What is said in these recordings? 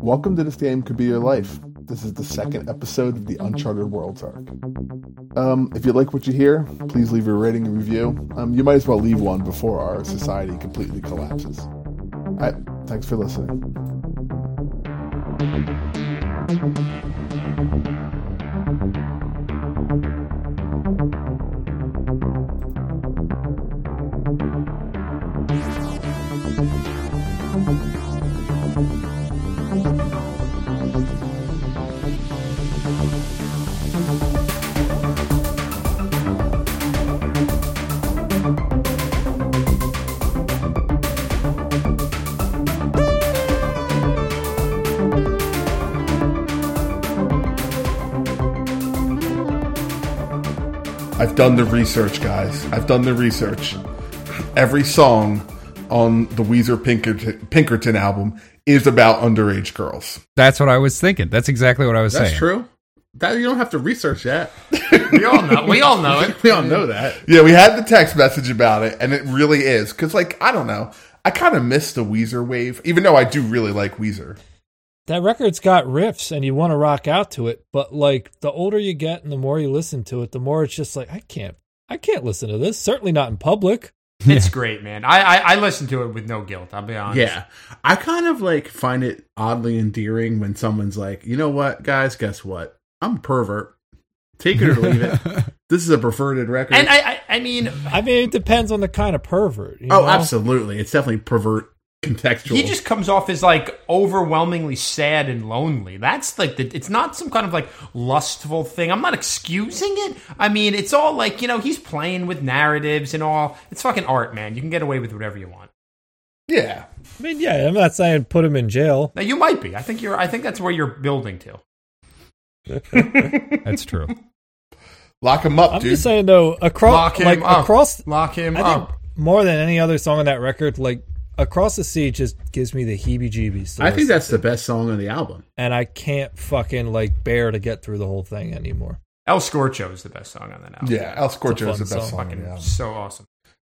Welcome to This Game Could Be Your Life. This is the second episode of the Uncharted Worlds arc. Um, if you like what you hear, please leave your rating and review. Um, you might as well leave one before our society completely collapses. All right, thanks for listening. I've done the research, guys. I've done the research. Every song on the Weezer Pinkerton, Pinkerton album is about underage girls. That's what I was thinking. That's exactly what I was That's saying. true. That you don't have to research that. We all know. We all know it. We all know that. Yeah, we had the text message about it, and it really is because, like, I don't know. I kind of miss the Weezer wave, even though I do really like Weezer. That record's got riffs and you want to rock out to it, but like the older you get and the more you listen to it, the more it's just like I can't I can't listen to this. Certainly not in public. It's great, man. I, I I listen to it with no guilt. I'll be honest. Yeah. I kind of like find it oddly endearing when someone's like, you know what, guys, guess what? I'm a pervert. Take it or leave it. This is a perverted record. And I I, I mean, I mean, it depends on the kind of pervert. you oh, know? absolutely. It's definitely pervert contextual. he just comes off as like overwhelmingly sad and lonely. That's like the. It's not some kind of like lustful thing. I'm not excusing it. I mean, it's all like you know he's playing with narratives and all. It's fucking art, man. You can get away with whatever you want. Yeah, I mean, yeah, I'm not saying put him in jail. Now you might be. I think you're. I think that's where you're building to. That's true. lock him up, I'm dude. just saying though, Lock across him like up. across Lock him I think up. more than any other song on that record, like Across the Sea just gives me the heebie jeebies. I think that's the best song on the album. and I can't fucking like bear to get through the whole thing anymore. El Scorcho is the best song on that album. yeah, El Scorcho is It's a the fun best song. song. Fucking yeah. so awesome.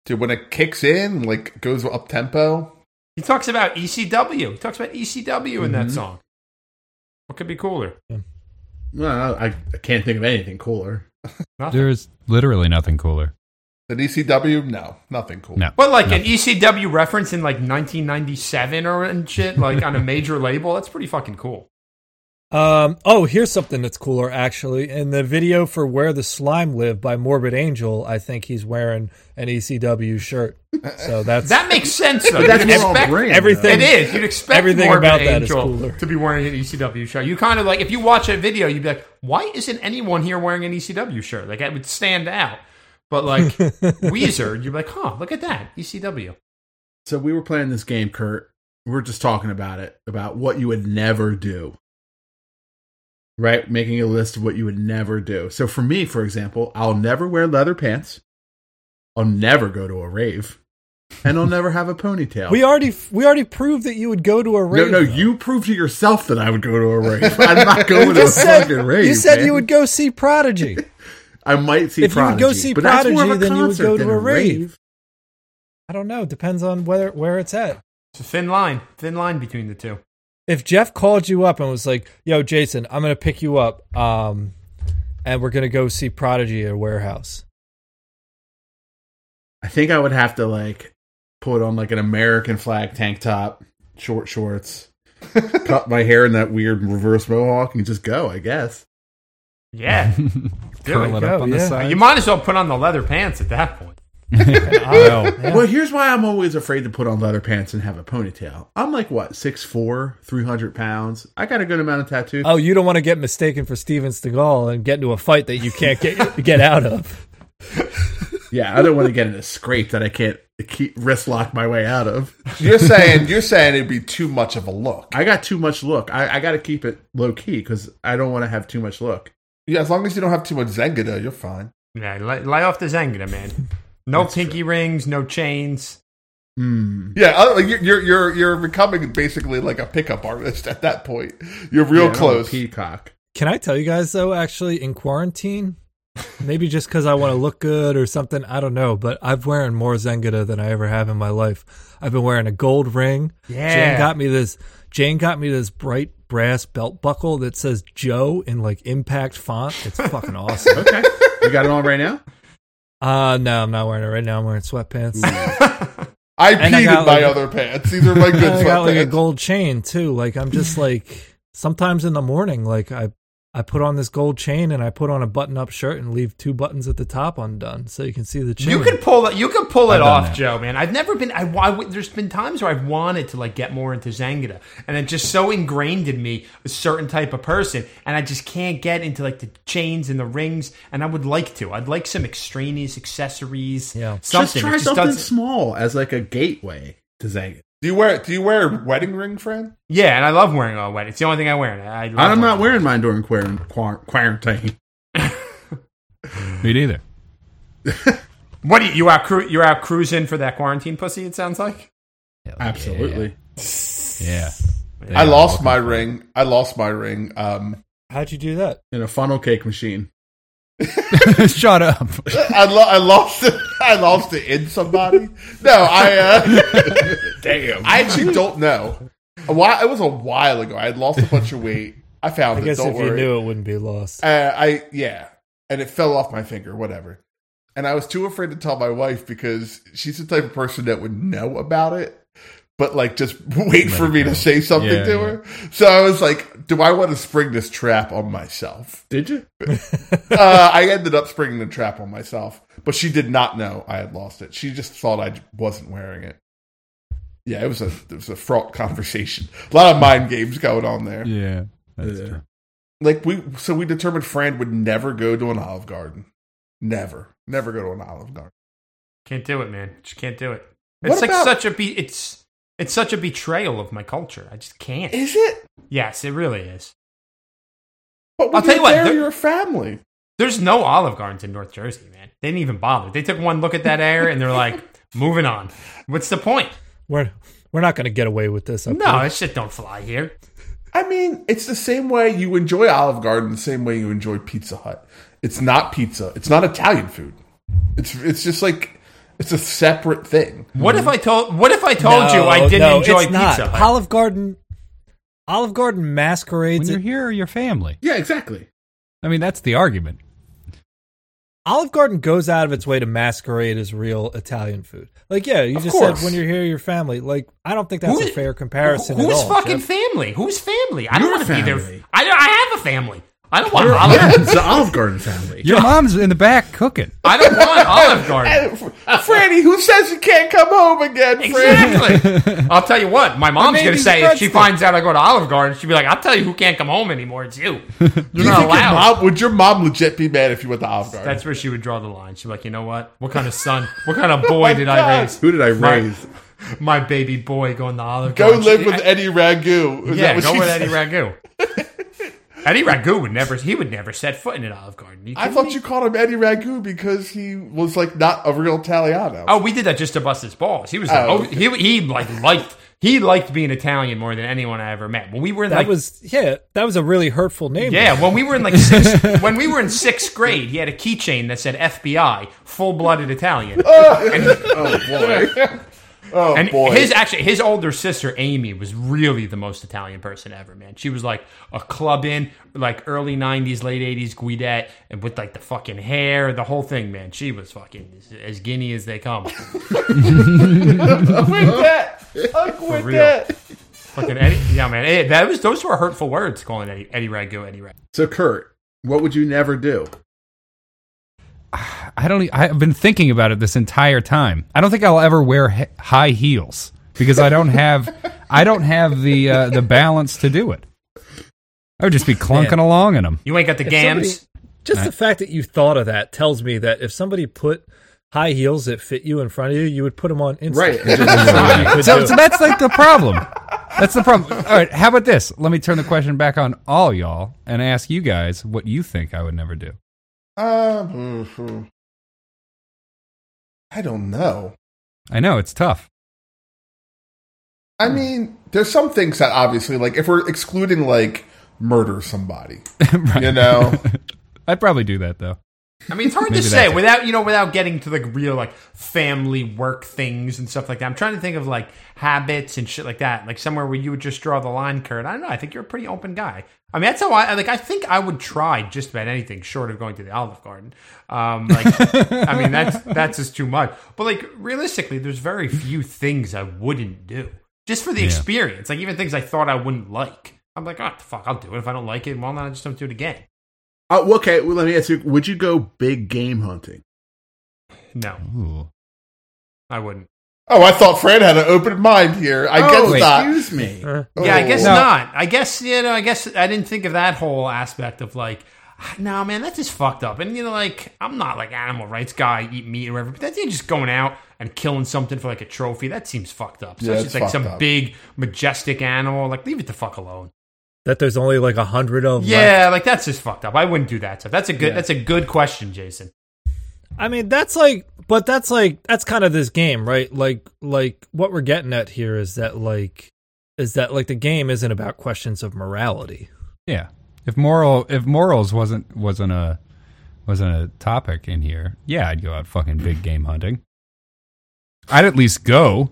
Dude, when it kicks in, like goes up tempo. He talks about ECW. He talks about ECW in Mm-hmm. that song. What could be cooler? Well, I, I can't think of anything cooler. Nothing. There's literally nothing cooler. The ECW, E no, nothing cool. No. But like an ECW reference in like 1997 or and shit, like on a major label, that's pretty fucking cool. Um, oh, here's something that's cooler actually. In the video for "Where the Slime Live" by Morbid Angel, I think he's wearing an ECW shirt. So that's That makes sense though. But that's You'd more on expect- brand. everything. It is. You'd expect Everything Morbid about that is Angel cooler. to be wearing an ECW shirt. You kind of like if you watch a video, you'd be like, "Why isn't anyone here wearing an ECW shirt?" Like that would stand out. But like Weezer, you'd be like, "Huh, look at that E ECW." So we were playing this game, Kurt. We are just talking about it, about what you would never do. Right? Making a list of what you would never do. So for me, for example, I'll never wear leather pants. I'll never go to a rave. And I'll never have a ponytail. We already we already proved that you would go to a no, rave. no, though. you proved to yourself that I would go to a rave. I'm not going to a just said fucking rave. you said you man. would go see Prodigy. I might see if you would Prodigy. go see but that's more of a Prodigy, then you would concert go than to a rave. I don't know. Depends on whether where it's at. It's a thin line, thin line between the two. If Jeff called you up and was like, "Yo, Jason, I'm gonna pick you up, um, and we're gonna go see Prodigy at a warehouse." I think I would have to like put on like an American flag tank top, short shorts, cut my hair in that weird reverse mohawk, and just go. I guess. Yeah, Curl it up go, on the yeah. side. Uh, you might as well put on the leather pants at that point. Oh, yeah. Well, here's why I'm always afraid to put on leather pants and have a ponytail. I'm like what 6'4", 300 pounds. I got a good amount of tattoos. Uh, Oh, you don't want to get mistaken for Steven Seagal and get into a fight that you can't get get out of. Yeah, I don't want to get in a scrape that I can't keep wrist lock my way out of. You're saying you're saying it'd be too much of a look. I got too much look. I, I got to keep it low key because I don't want to have too much look. Yeah, as long as you don't have too much Zenga, though, you're fine. Yeah, lay, lay off the Zangata, man. No pinky rings, no chains. Hmm. Mm-hmm. Yeah, uh, you're you're you're, you're becoming basically like a pickup artist at that point. You're real Yeah, I'm a close. Peacock. Can I tell you guys though? Actually, in quarantine, maybe just because I want to look good or something, I don't know. But I've wearing more Zengata than I ever have in my life. I've been wearing a gold ring. Yeah. Jen got me this Jane got me this bright brass belt buckle that says Joe in like impact font. It's fucking awesome. Okay. you got it on right now? Uh no, I'm not wearing it right now. I'm wearing sweatpants. I And I peed got, in my like, a- other pants. These are my good And I got like a sweatpants. gold chain too. Like I'm just like sometimes in the morning, like I I put on this gold chain and I put on a button up shirt and leave two buttons at the top undone so you can see the chain. You could pull that. You could pull it I've done off, that. Joe. Man, I've never been. I, I w- there's been times where I've wanted to like get more into Zangata, and it just so ingrained in me a certain type of person, and I just can't get into like the chains and the rings. And I would like to. I'd like some extraneous accessories. Yeah. Just something. try It just something doesn't- small as like a gateway to Zang. do you wear do you wear a wedding ring, Fran? yeah, and I love wearing all wet. It's the only thing I wear. and I, I love I'm not it. wearing mine during quaran- quar- quarantine. Me neither. What are you, you out? Cru- you're out cruising for that quarantine pussy. It sounds like. Absolutely. Yeah. They I are lost welcome. my ring. I lost my ring. Um, How'd you do that? In a funnel cake machine. Shut up. I, lo- I lost it. I lost it in somebody. No, I. Uh, Damn. I actually don't know. A while, it was a while ago. I had lost a bunch of weight. I found I it. guess don't if worry. you knew it wouldn't be lost. Uh, I yeah, and it fell off my finger. Whatever. And I was too afraid to tell my wife because she's the type of person that would know about it, but like just wait for me to say something Yeah, to yeah. her. So I was like, "Do I want to spring this trap on myself?" Did you? uh, I ended up springing the trap on myself, but she did not know I had lost it. She just thought I wasn't wearing it. Yeah, it was a it was a fraught conversation. A lot of mind games going on there. Yeah. That's Yeah. true. Like we, so we determined Fran would never go to an Olive Garden. Never, never go to an Olive Garden. Can't do it, man. Just can't do it. What It's like about- such a be. It's it's such a betrayal of my culture. I just can't. Is it? yes, it really is. But when you're I'll tell you what, there, there- you're a family. There's no Olive Gardens in North Jersey, man. They didn't even bother. They took one look at that air and they're like, moving on. What's the point? We're we're not gonna get away with this. up No, here. that shit don't fly here. I mean, it's the same way you enjoy Olive Garden, the same way you enjoy Pizza Hut. It's not pizza. It's not Italian food. It's it's just like it's a separate thing. What if I told What if I told you I No, didn't no, enjoy it's pizza? not. Hut? Olive Garden. Olive Garden When masquerades. you're It, here, you're family. Yeah, exactly. I mean, that's the argument. Olive Garden goes out of its way to masquerade as real Italian food. Like, yeah, you Of just course. said when you're here, your family. Like, I don't think that's Who- a fair comparison Who's at all. fucking Jeff. family? Who's family? I don't Your want to be there. family. I, don't- I have a family. I don't want Olive. Yeah, it's the Olive Garden family. Your mom's in the back cooking. I don't want Olive Garden. Hey, F- Franny, who says you can't come home again, Franny? Exactly. I'll tell you what, my mom's made going to these say if she breadsticks. finds out I go to Olive Garden, she'll be like, I'll tell you who can't come home anymore. It's you. Do You're you not think your allowed. mom, Uh, would your mom legit be mad if you went to Olive Garden? That's where she would draw the line. She'd be like, you know what? What kind of son? What kind of boy did I Oh God. raise? Who did I raise? My, my baby boy going to Olive go Garden. live She- with Eddie Ragu. Is that Yeah, what go she with said? Eddie Ragu. Eddie Ragu would never. He would never set foot in an Olive Garden. You I kidding thought me? you called him Eddie Ragu because he was like not a real Italiano. Oh, we did that just to bust his balls. He was. Like, Oh, oh, he he like liked. He liked being Italian more than anyone I ever met. When we were That like was yeah, that was a really hurtful name. Yeah, when we were in like sixth, when we were in sixth grade, he had a keychain that said FBI, full blooded Italian. oh and boy! his actually his older sister Amy was really the most Italian person ever, man. She was like a club in like early nineties, late eighties Guidette, and with like the fucking hair, the whole thing, man. She was fucking as, as guinea as they come. quit that! I quit real. that! fucking Eddie, yeah, man. It, that was those were hurtful words calling Eddie Eddie Ragu Eddie Ragu. So, Kurt, what would you never do? I don't. e- I've been thinking about it this entire time. I don't think I'll ever wear he- high heels because I don't have. I don't have the uh, the balance to do it. I would just be clunking along in them. You ain't got the If somebody- gams. just the fact that you thought of that tells me that if somebody put high heels that fit you in front of you, you would put them on Right. instantly. So, so that's like the problem. That's the problem. All right. How about this? Let me turn the question back on all y'all and ask you guys what you think I would never do. Um, mhm. I don't know. I know it's tough. I Hmm. mean, there's some things that obviously, like, if we're excluding like murder somebody, Right. you know, I'd probably do that though. I mean, it's hard to Maybe say that's it. without you know without getting to the real like family work things and stuff like that. I'm trying to think of like habits and shit like that, like somewhere where you would just draw the line, Kurt. I don't know. I think you're a pretty open guy. I mean, that's how I like. I think I would try just about anything short of going to the Olive Garden. Um, like, I mean, that's that's just too much. But like realistically, there's very few things I wouldn't do just for the experience. Like even things I thought I wouldn't like. I'm like, oh fuck, I'll do it if I don't like it. Well, then I just don't do it again. Uh, well, okay, well, let me ask you: Would you go big game hunting? No, Ooh. I wouldn't. Oh, I thought Fran had an open mind here. I oh, guess wait. not. excuse me. Uh, Yeah, I Oh. guess No. not. I guess you know. I guess I didn't think of that whole aspect of like, no, man, that's just fucked up. And you know, like, I'm not like animal rights guy, eat meat or whatever. But that's just going out and killing something for like a trophy. That seems fucked up. So Yeah, it's it's just like some fucked up. big majestic animal. Like, leave it the fuck alone. that there's only like a hundred of. left. Yeah, like that's just fucked up. I wouldn't do that stuff. That's a good. That's a good question, Jason. I mean, that's like, but that's like, that's kind of this game, right? Like, like what we're getting at here is that like, is that like the game isn't about questions of morality. Yeah. If moral if morals wasn't wasn't a wasn't a topic in here, yeah, I'd go out fucking big game hunting. I'd at least go.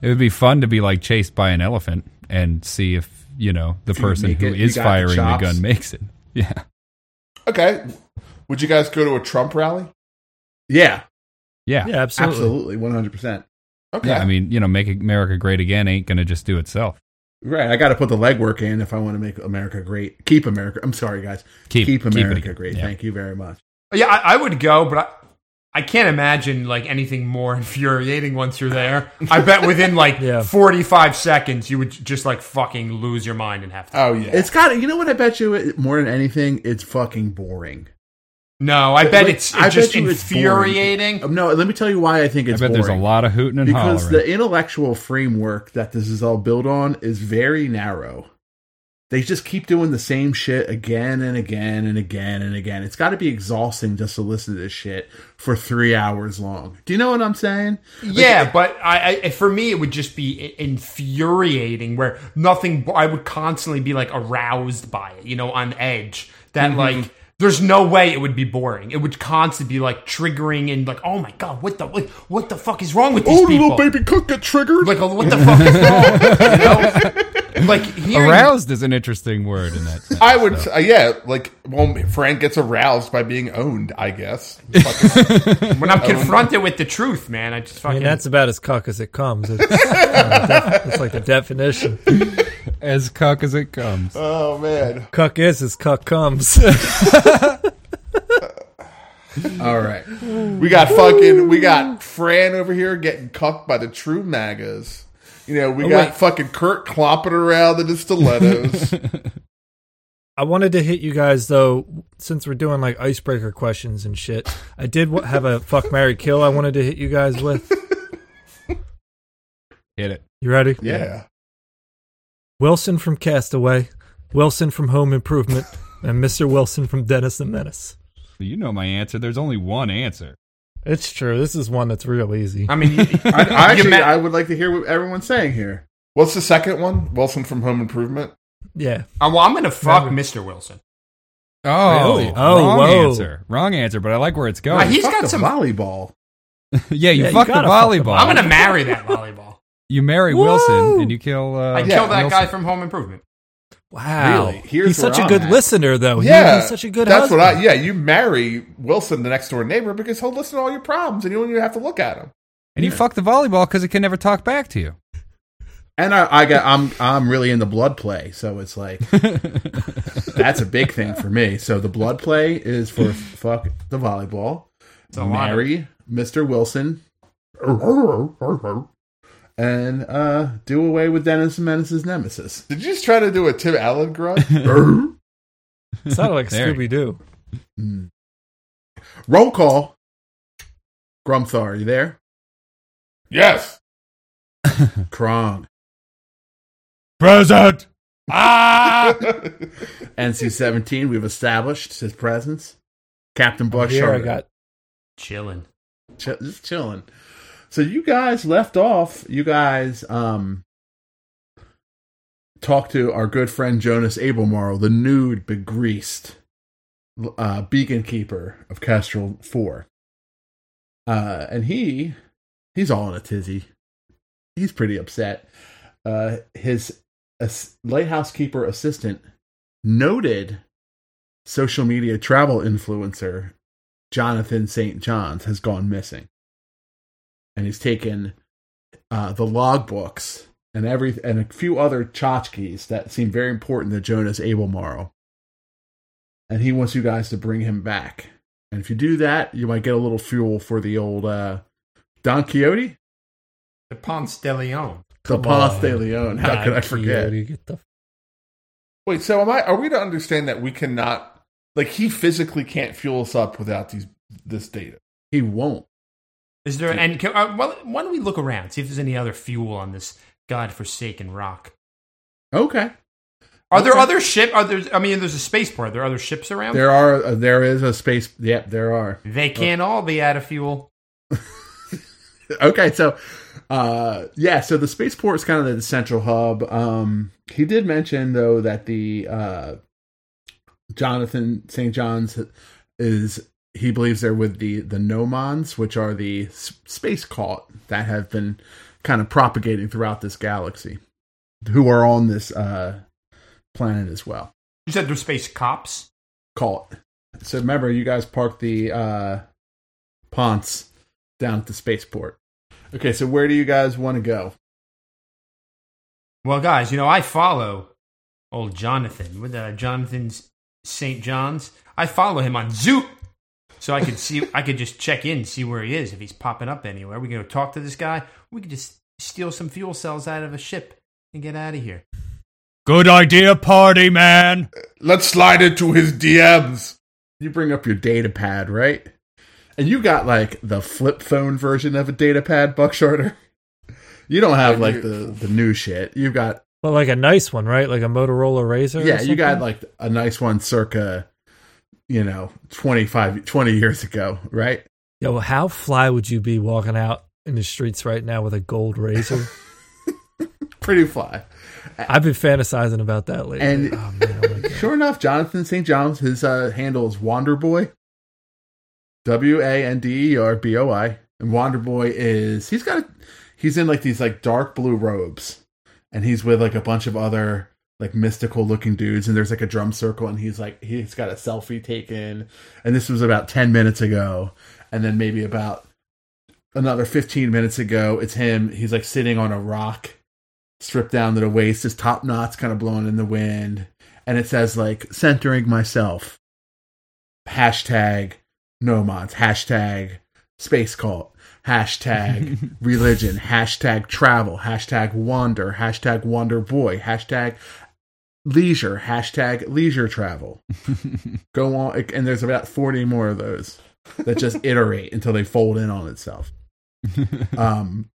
It would be fun to be like chased by an elephant and see if, you know, the you person make who it, is you got the firing the chops. gun makes it. Yeah. Okay. Would you guys go to a Trump rally? Yeah, Yeah. Yeah, absolutely. absolutely, one hundred percent. Okay. Yeah, I mean, you know, make America great again ain't going to just do itself. Right, I got to put the legwork in if I want to make America great. Keep America. I'm sorry, guys. Keep- Keep, keep it America again. great. Yeah. Thank you very much. Yeah, I, I would go, but I, I can't imagine like anything more infuriating once you're there. I bet within like Yeah. 45 seconds you would j- just like fucking lose your mind and have to. oh yeah. It's got. You know what? I bet you it, more than anything, it's fucking boring. No, I bet it's, it's I bet just you it's boring. infuriating. Um, no, let me tell you why I think I it's. bet boring. there's a lot of hooting and because hollering. the intellectual framework that this is all built on is very narrow. They just keep doing the same shit again and again and again and again. It's got to be exhausting just to listen to this shit for three hours long. Do you know what I'm saying? yeah, but I, I for me it would just be i- infuriating where nothing I would constantly be like aroused by it, you know, on edge. That Mm-hmm. like there's no way it would be boring. It would constantly be like triggering and like, oh my god, what the what, what the fuck is wrong with these oh, people? little baby cook got triggered. Like, "Oh, what the fuck is wrong? You know? Like, hearing, Aroused is an interesting word in that. Sense. I would, uh, yeah, like, well, Fran gets aroused by being owned, I guess. Fucking- when I'm confronted with the truth, man, I just I fucking. mean, that's about as cuck as it comes. It's, uh, def- it's like the definition. As cuck as it comes. oh man, Cuck is as cuck comes. All right. we got fucking, we got Fran over here getting cucked by the true magas. You know, Oh, we got wait. fucking Kurt clomping around in his stilettos. I wanted to hit you guys though, since we're doing like icebreaker questions and shit. I did w- have a fuck Mary kill. I wanted to hit you guys with. Hit it. You ready? yeah, Wilson from Castaway, Wilson from Home Improvement, and Mr. Wilson from Dennis the Menace. You know my answer. There's only one answer. It's true. This is one that's real easy. I mean, I, I You actually, ma- I would like to hear what everyone's saying here. what's the second one? Wilson from Home Improvement. Yeah. I, Oh, well, I'm gonna fuck Mr. Wilson. Oh, Really? Oh, wrong whoa. answer. Wrong answer, but I like where it's Uh, Ah, going. he- He's Oh, Fuck got the some- volleyball. yeah, you Yeah, you fuck the gotta fuck the volleyball. I'm gonna marry that volleyball. you marry Woo! Wilson and you kill. Uh, I Yeah, kill that Wilson. guy from Home Improvement. Wow. Really? Here's he's such where a I'm good at. listener, though. He- Yeah, he's such a good. That's what I. husband. Yeah, you marry Wilson, the next door neighbor, because he'll listen to all your problems, and you don't even have to look at him. And you fuck the volleyball because it can never talk back to you. And I, I got, I'm, I'm really into blood play, so it's like that's a big thing for me. So the blood play is for fuck the volleyball. It's a lot. of- marry Mr. Wilson and uh, do away with Dennis the Menace's nemesis. Did you just try to do a Tim Allen grunt? Roll Sounded like There. Scooby Doo. Hmm. call. Grumthar, are you there? yes. Krong. Present. Ah. NC 17, we've established his presence. Captain Buck Oh, Here I Charter. got. Chilling. Ch- just chilling. So you guys left off. You guys um talked to our good friend Jonas Abelmorrow, the nude, begreased uh, beacon keeper of Kestrel Four, uh, and he he's all in a tizzy. He's pretty upset. Uh, his ass- lighthouse keeper assistant, noted social media travel influencer Jonathan St. John's, has gone missing, and he's taken uh, the logbooks and every and a few other tchotchkes that seem very important to Jonas Abelmarl. And he wants you guys to bring him back. And if you do that, you might get a little fuel for the old uh, Don Quixote, The Ponce de Leon. the Come Ponce de on, Leon. How Don could I forget? Quixote, get the- Wait, so am I? Are we to understand that we cannot, like, he physically can't fuel us up without these this data? He won't. Is there? And can, uh, well, why don't we look around see if there's any other fuel on this godforsaken rock? Okay. Are there Okay. other ship? Are there? I mean, there's a spaceport. Are there other ships around? There are. Uh, there is a space. Yep. There are. they can't all be out of fuel. okay so uh yeah so the spaceport is kind of the central hub um he did mention though that the uh jonathan st john's is he believes they're with the the nomons which are the s- space caught that have been kind of propagating throughout this galaxy who are on this uh planet as well You said there's space cops. call it. So remember, you guys parked the uh, Ponce down at the spaceport. Okay, so where do you guys want to go? Well, guys, you know I follow old Jonathan with uh, Jonathan's St. John's. I follow him on Zoot, so I could see. I could just check in, see where he is, if he's popping up anywhere. We can go talk to this guy. We could just steal some fuel cells out of a ship and get out of here. Good idea, party man. Let's slide into his DMs. You bring up your data pad, right? And you got like the flip phone version of a data pad, Bucksharter. You don't have like the the new shit. You've got But like a nice one, right? Like a Motorola Razor. or yeah, you got something? like a nice one, circa you know 25, 20 years ago, right? Yo, well, how fly would you be walking out in the streets right now with a gold razor? Pretty fly. I've been fantasizing about that lately. And- oh, man, I like that. Sure enough, Jonathan St. John's, his uh, handle is Wanderboy. W A N D E R B O I. And Wanderboy is he's got a, he's in like these like dark blue robes. And he's with like a bunch of other like mystical looking dudes and there's like a drum circle and he's like he's got a selfie taken and this was about 10 minutes ago and then maybe about another 15 minutes ago it's him he's like sitting on a rock stripped down to the waist his top knot's kind of blowing in the wind and it says like centering myself hashtag nomads hashtag space cult hashtag religion hashtag travel hashtag wander hashtag wander boy hashtag leisure hashtag leisure travel go on and there's about 40 more of those that just iterate until they fold in on itself um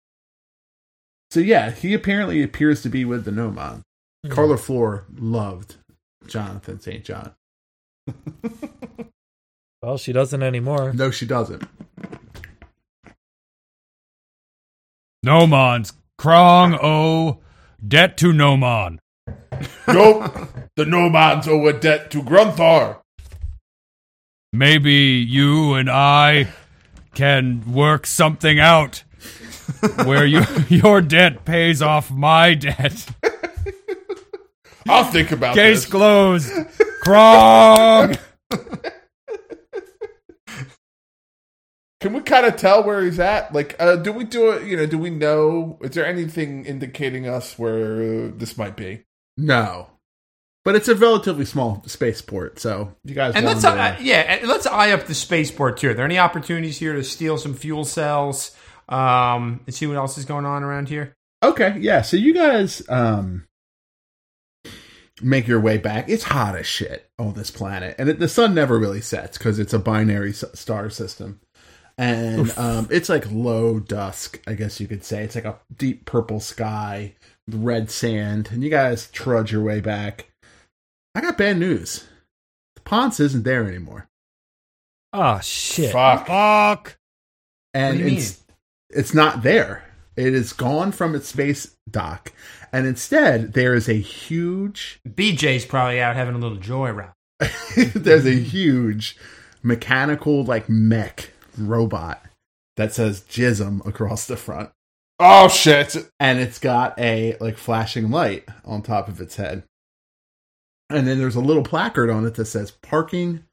so yeah he apparently appears to be with the nomad Carla Floor loved Jonathan St. John. well, she doesn't anymore. No, she doesn't. Nomons. Krong O. Debt to Nomon. Nope. the nomads owe a debt to Grunthar. Maybe you and I can work something out where you, your debt pays off my debt. I'll think about Case this. closed. Krong. Can we kind of tell where he's at? Like, uh, do we do it? You know, do we know? Is there anything indicating us where uh, this might be? No. But it's a relatively small spaceport, so you guys And want let's to, uh, yeah, and let's eye up the spaceport too. Are there any opportunities here to steal some fuel cells um, and see what else is going on around here? Okay, yeah. So you guys um make your way back. It's hot as shit on this planet, and it, the sun never really sets because it's a binary s- star system, and um it's like low dusk, I guess you could say. It's like a deep purple sky, red sand, and you guys trudge your way back. I got bad news. The Ponce isn't there anymore, Oh shit! Fuck. Fuck. and do you it's it's not there. It is gone from its space dock, and instead there is a huge BJ's probably out having a little joy joyride. there's a huge mechanical like mech robot that says jism across the front Oh shit! and it's got a like flashing light on top of its head and then there's a little placard on it that says parking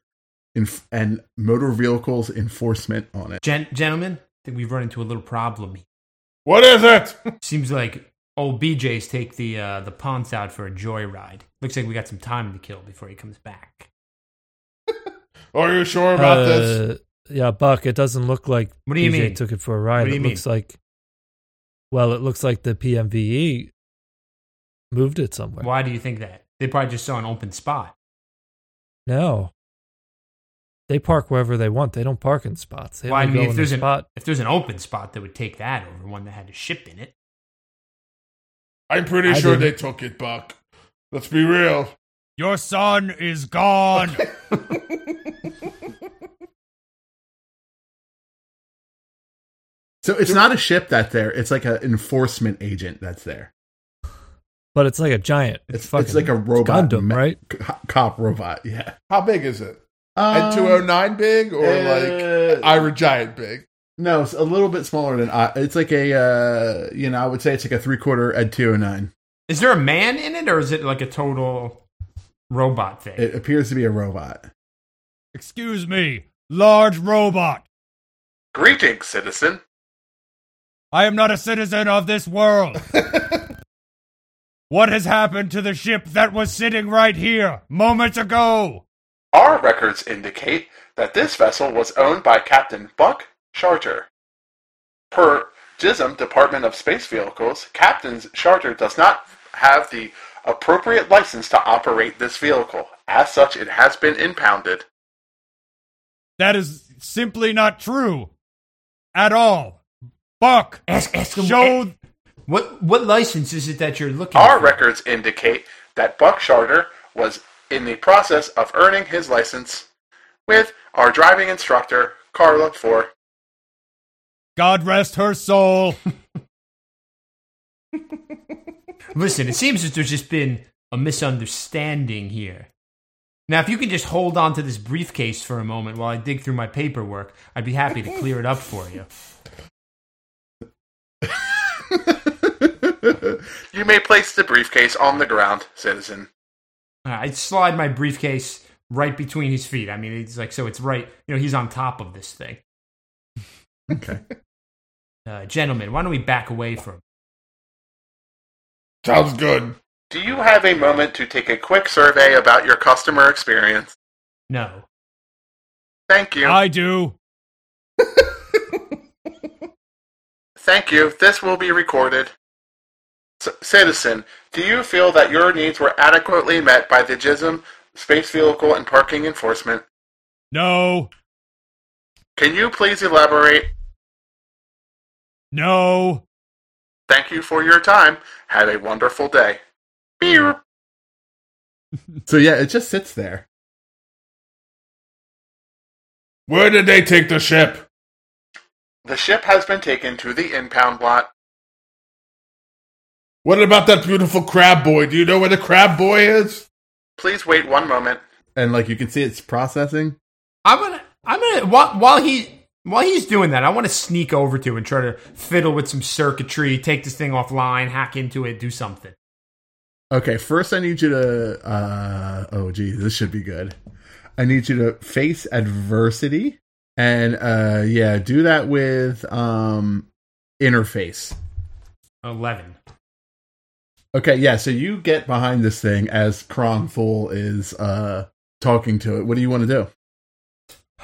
inf- and motor vehicles enforcement on it Gen- gentlemen, I think we've run into a little problem. What is it? Seems like old BJ's take the uh, the punts out for a joyride. Looks like we got some time to kill before he comes back. Are you sure about this? Uh, Yeah, Buck, it doesn't look like What do you BJ mean? took it for a ride. What do you it looks like well, it looks like the PMVE E moved it somewhere. Why do you think that? They probably just saw an open spot. No. They park wherever they want. They don't park in spots. They Well, I only mean, go if in there's the an- spot. If there's an open spot, they would take that over one that had a ship in it. I'm pretty I sure didn't. they took it, Buck. Let's be real. Your son is gone. so it's not a ship that's there it's like an enforcement agent that's there But it's like a giant. it's, fucking it's like a robot Gundam, me- right? co- cop robot yeah How big is it? At Uh, Um, 209 big or uh, like Ira Giant big? No, it's a little bit smaller than I. It's like a, uh, you know, I would say it's like a three quarter at 209. Is there a man in it, or is it like a total robot thing? It appears to be a robot. Excuse me, large robot. Greetings, citizen. I am not a citizen of this world. what has happened to the ship that was sitting right here moments ago? Our records indicate that this vessel was owned by Captain Buck Charter. Per JISM Department of Space Vehicles, Captain Charter does not have the appropriate license to operate this vehicle. As such, it has been impounded. That is simply not true. At all. Buck, ask, ask him eh, show. what what license is it that you're looking Our for? records indicate that Buck Charter was in the process of earning his license with our driving instructor, Carla Four. God rest her soul. Listen, it seems that there's just been a misunderstanding here. Now, if you can just hold on to this briefcase for a moment while I dig through my paperwork, I'd be happy to clear it up for you. You may place the briefcase on the ground, citizen. Uh, I'd slide my briefcase right between his feet. I mean, it's like, so it's right, you know, he's on top of this thing. Okay. Uh, gentlemen, why don't we back away from Sounds good. Do you have a moment to take a quick survey about your customer experience? No. Thank you. I do. Thank you. This will be recorded. C- citizen, do you feel that your needs were adequately met by the JISM, space vehicle, and parking enforcement? No. Can you please elaborate? No. Thank you for your time. Have a wonderful day. Beep. So yeah, it just sits there. Where did they take the ship? The ship has been taken to the impound lot. What about that beautiful crab boy? Do you know where the crab boy is? Please wait one moment. And like you can see it's processing. I'm gonna, I'm gonna, while, while he, while he's doing that, I want to sneak over to and try to fiddle with some circuitry, take this thing offline, hack into it, do something. Okay, first I need you to, uh, oh gee, this should be good. I need you to face adversity. And uh, yeah, do that with um, interface. 11. Okay, yeah, so you get behind this thing as Kronthul is uh, talking to it. What do you want to do?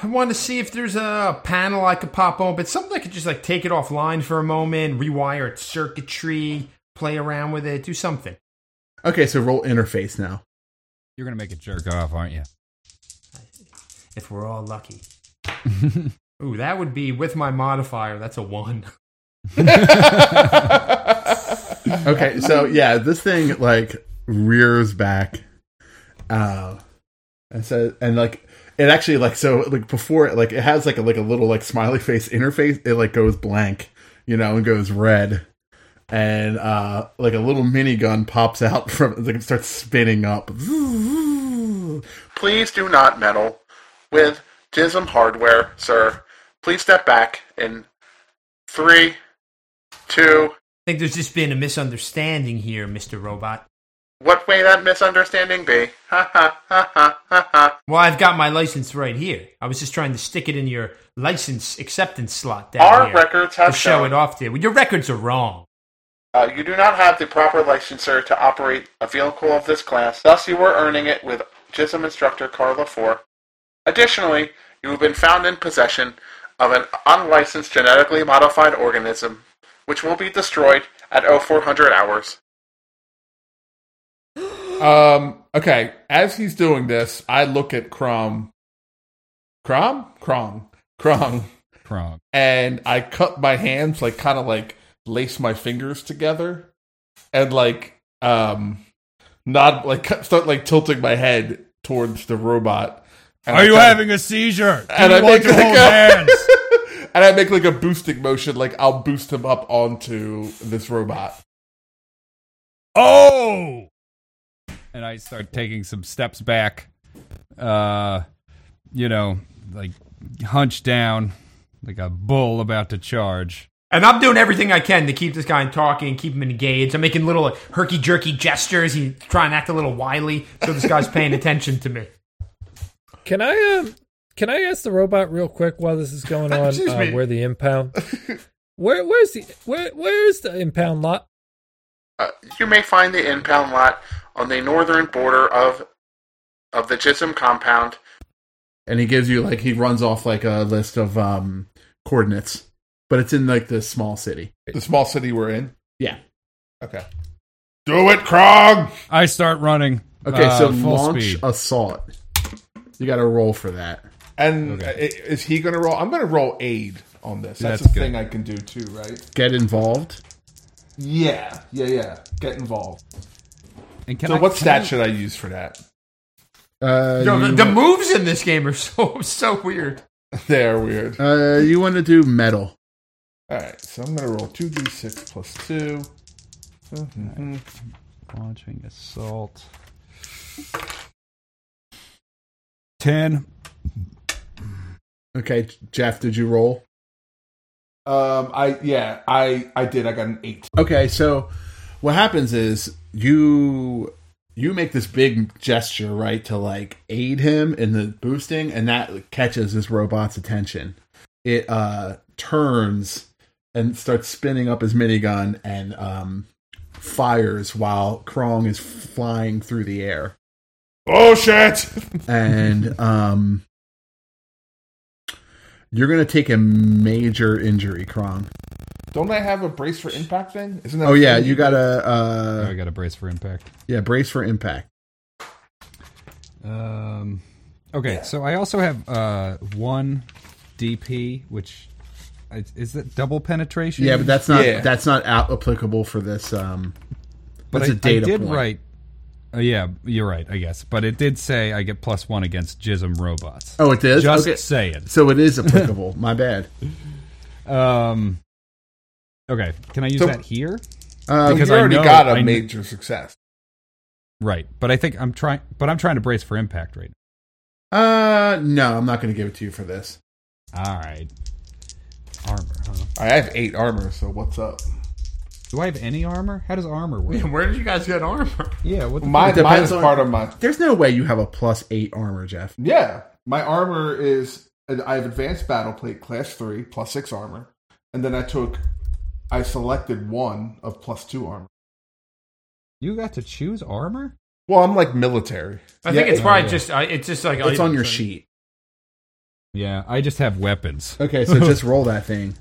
I want to see if there's a panel I could pop open, something I could just like take it offline for a moment, rewire its circuitry, play around with it, do something. Okay, so roll interface now. You're going to make it jerk off, aren't you? If we're all lucky. Ooh, that would be with my modifier. That's a one. Okay, so yeah, this thing like rears back, uh, and so and like it actually like so like before it like it has like a like a little like smiley face interface. It like goes blank, you know, and goes red, and uh like a little minigun pops out from like it starts spinning up. Please, please do not meddle with JISM hardware, sir. Please step back in three, two. I think there's just been a misunderstanding here, Mr. Robot. What may that misunderstanding be? Ha ha ha ha ha ha. Well, I've got my license right here. I was just trying to stick it in your license acceptance slot down Our here records to have show shown it off to you. Well, your records are wrong. Uh, you do not have the proper license, sir, to operate a vehicle of this class. Thus, you were earning it with JISM instructor Carla Four. Additionally, you have been found in possession of an unlicensed genetically modified organism, which will be destroyed at 0400 hours. Um. Okay. As he's doing this, I look at Crom, Crom, Krong, Krong, Krong. and I cut my hands, like kind of like lace my fingers together, and like um, nod, like cut- start like tilting my head towards the robot. And I kinda- a seizure? Do And I make like a, hands? and I make like a boosting motion, like I'll boost him up onto this robot. Oh, and I start taking some steps back. Uh, you know, like hunched down, like a bull about to charge. And I'm doing everything I can to keep this guy talking, keep him engaged. I'm making little like, herky jerky gestures. He's trying to act a little wily, so this guy's paying attention to me. Can I um can I ask the robot real quick while this is going on Excuse uh, me. where the impound Where where's the where where's the impound lot? Uh, you may find the impound lot on the northern border of of the JISM compound. and he gives you like he runs off like a list of um coordinates but it's in like this small city The small city we're in. yeah Okay. Do it, Krog. I start running. okay uh, so full launch speed. assault you got to roll for that And Okay. i- is he going to roll? I'm going to roll aid on this. That's, That's a good. thing I can do too, right? get involved Yeah, yeah, yeah. Get involved. and can so, I- what can stat I- should I use for that? uh, Yo, you, the, the moves in this game are so so weird. They're weird. uh, you want to do metal All right, so I'm going to roll two d6 plus two. Mhm. Launching assault. Ten. okay jeff did you roll Um, I yeah, I I did. I got an eight. Okay, so what happens is you you make this big gesture, right, to like aid him in the boosting, and that catches this robot's attention. It uh turns and starts spinning up his minigun and um fires while Krong is flying through the air. Oh shit! And um you're gonna take a major injury, Krong. Don't I have a brace for impact thing? Isn't that? Oh a yeah, thing? you gotta uh I got a brace for impact. yeah, brace for impact. Um, okay, so I also have uh, one DP, which is- is that double penetration? Yeah, but that's not Yeah. that's not out applicable for this. Um, But that's I, a data I did point. write. uh, yeah, you're right. I guess, but it did say I get plus one against Jism robots. Oh, it is. just okay. saying. So it is applicable. My bad. Um, okay, can I use So- that here? Um, Because you I already know- got a I kn- major success. Right, but I think I'm trying. But I'm trying to brace for impact right uh, no, I'm not going to give it to you for this. now. All right, armor. Huh? I have eight armor, so what's up? Do I have any armor? How does armor work? Where did you guys get armor? Yeah, what the My It depends mine's on- part of my There's no way you have a plus eight armor, Jeff. yeah. My armor is I have advanced battle plate class three plus six armor, and then I took I selected one of plus two armor. you got to choose armor? Well, I'm like military. I think Yeah, it's probably yeah. just uh, it's just like It's on your items. sheet. Yeah, I just have weapons. Okay, so just roll that thing.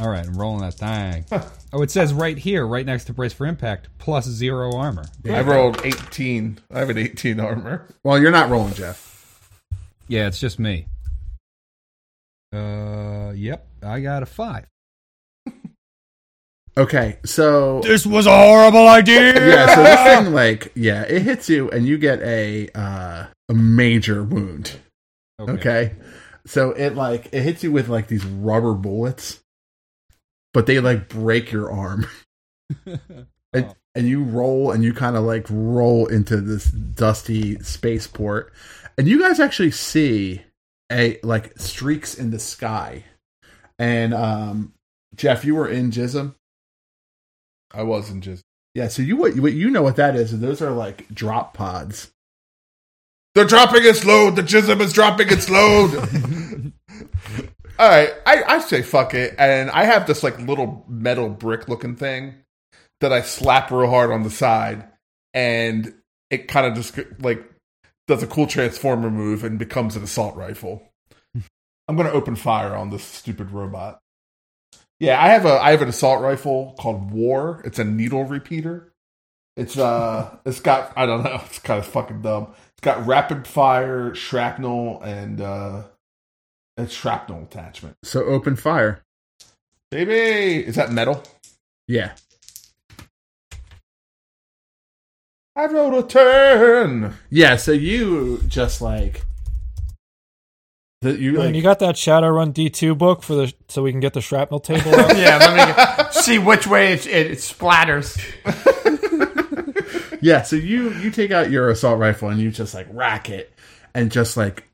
All right, I'm rolling that thing. oh, it says right here, right next to brace for impact, plus zero armor. I rolled eighteen. I have an eighteen armor. Well, you're not rolling, Jeff. Yeah, it's just me. Uh, yep, I got a five. Okay, so This was a horrible idea. yeah, so this thing like yeah, it hits you and you get a uh, a major wound. Okay. So it like it hits you with like these rubber bullets, but they like break your arm. Okay. It- and you roll and you kind of like roll into this dusty spaceport and you guys actually see a like streaks in the sky and um jeff you were in jism I wasn't just. yeah so you what, what you know what that is and those are like drop pods They're dropping its load. The Chisholm is dropping its load. All right, I, I say fuck it, and I have this like little metal brick looking thing that I slap real hard on the side, and it kind of just like does a cool transformer move and becomes an assault rifle. I'm gonna open fire on this stupid robot. Yeah, I have a I have an assault rifle called War. It's a needle repeater. It's uh, it's got I don't know. It's kind of fucking dumb. It's got rapid fire shrapnel and uh, a shrapnel attachment. so open fire Baby, is that metal? yeah I rolled a turn. yeah so you just like that you Lynn, like you got that Shadowrun D2 book for the so we can get the shrapnel table out? Yeah, let me see which way it, it, splatters. Yeah, so you you take out your assault rifle and you just like rack it and just like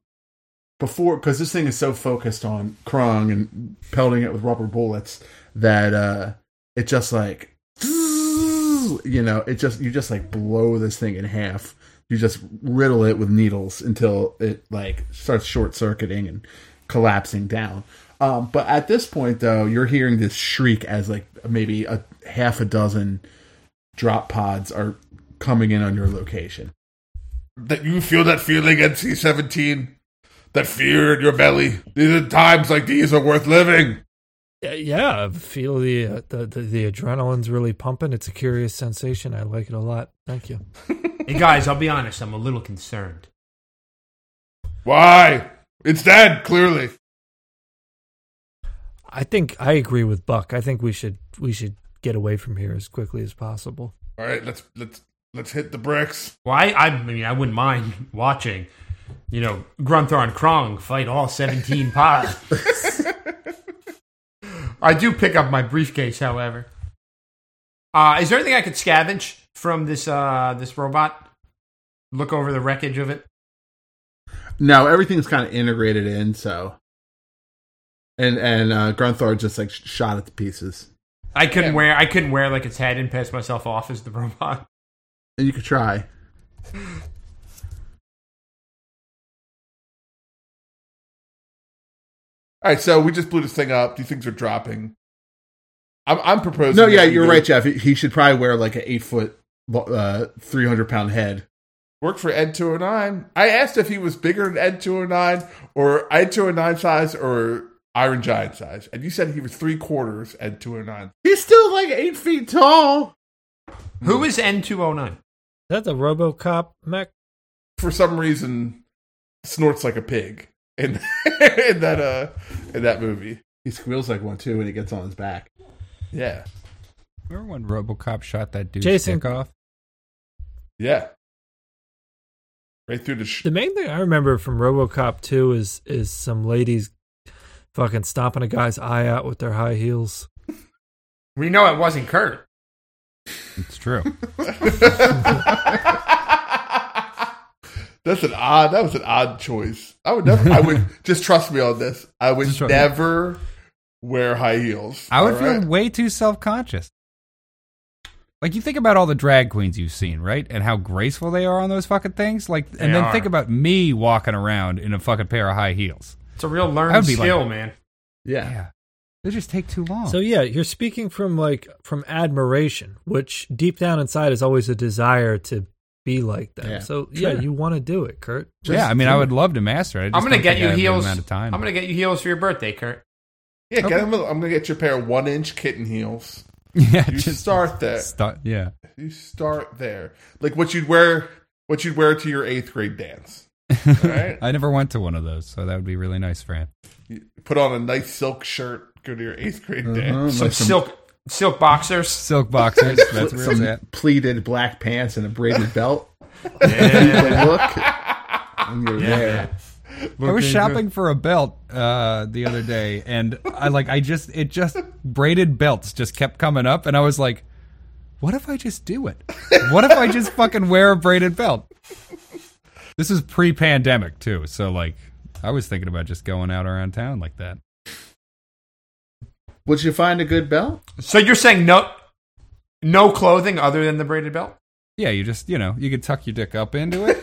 before because this thing is so focused on Krong and pelting it with rubber bullets that uh it just like you know it just you just like blow this thing in half. You just riddle it with needles until it like starts short circuiting and collapsing down. Um, but at this point though, you're hearing this shriek as like maybe a half a dozen drop pods are coming in on your location. That you feel that feeling, NC seventeen. That fear in your belly. These are times like these are worth living. Yeah, yeah, I feel the, uh, the the the adrenaline's really pumping. It's a curious sensation. I like it a lot. Thank you. Hey guys, I'll be honest, I'm a little concerned. Why? It's dead. Clearly, I think I agree with Buck. I think we should we should get away from here as quickly as possible. all right. Let's let's let's hit the bricks. Well, I, I mean, I wouldn't mind watching, you know, Grunthar and Krong fight all 17 pods. I do pick up my briefcase, however. Uh, is there anything I could scavenge from this uh, this robot? Look over the wreckage of it. No, everything's kind of integrated in, so. And and uh, Grunthar just like sh- shot at the pieces, I couldn't wear I couldn't wear like its head and pass myself off as the robot. and you could try. All right. So we just blew this thing up. These things are dropping. I'm I'm proposing. No, that yeah, we you're go- right, Jeff. He- He should probably wear like an eight foot, uh, three hundred pound head. Work for Ed 209. I asked if he was bigger than Ed 209 or Ed 209 size or Iron Giant size. And you said he was three quarters oh Ed 209. He's still like eight feet tall. Who is N two oh nine? Is that the RoboCop mech? For some reason, snorts like a pig in, in that uh in that movie. He squeals like one too when he gets on his back. Yeah. Remember when RoboCop shot that dude's Jason- dick off? Yeah. Right through the sh- The main thing I remember from RoboCop 2 is is some ladies fucking stomping a guy's eye out with their high heels. We know it wasn't Kurt. It's true. That's an odd that was an odd choice. I would never I would just trust me on this. I would Just trust me. never wear high heels. I would All feel right? way too self conscious. Like you think about all the drag queens you've seen, right? And how graceful they are on those fucking things. Like, and They then are. think about me walking around in a fucking pair of high heels. It's a real I'd learned be like- skill, man. Yeah. They just take too long. So yeah, you're speaking from like from admiration, which deep down inside is always a desire to be like them. Yeah. So yeah, Sure. you want to do it, Kurt. yeah, I mean, I would love to master it. I I'm just gonna don't get think you I have the heels. Amount of time. I'm gonna get you heels for your birthday, Kurt. Yeah, get him. A, I'm gonna get your pair of one inch kitten heels. yeah, You just start there. start. Yeah, You start there. Like what you'd wear, what you'd wear to your eighth grade dance. All right, I never went to one of those, so that would be really nice for him. You put on a nice silk shirt. Go to your eighth grade Uh-huh, dance. Some silk silk boxers. Silk boxers. that's where it's at. Pleated black pants and a braided belt. Yeah. look, and you're there. I was shopping for a belt uh, the other day, and I like I just it just braided belts just kept coming up, and I was like, what if I just do it? What if I just fucking wear a braided belt? This is pre pandemic, too. So, like, I was thinking about just going out around town like that. Would you find a good belt? So you're saying no, no clothing other than the braided belt? Yeah, you just, you know, you could tuck your dick up into it,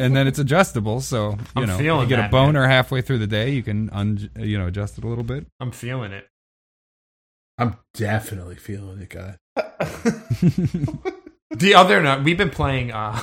and then it's adjustable. So, you I'm know, feeling you get that, a boner halfway through the day, you can, un- you know, adjust it a little bit. I'm feeling it. I'm definitely feeling it, guy. The other night, we've been playing uh,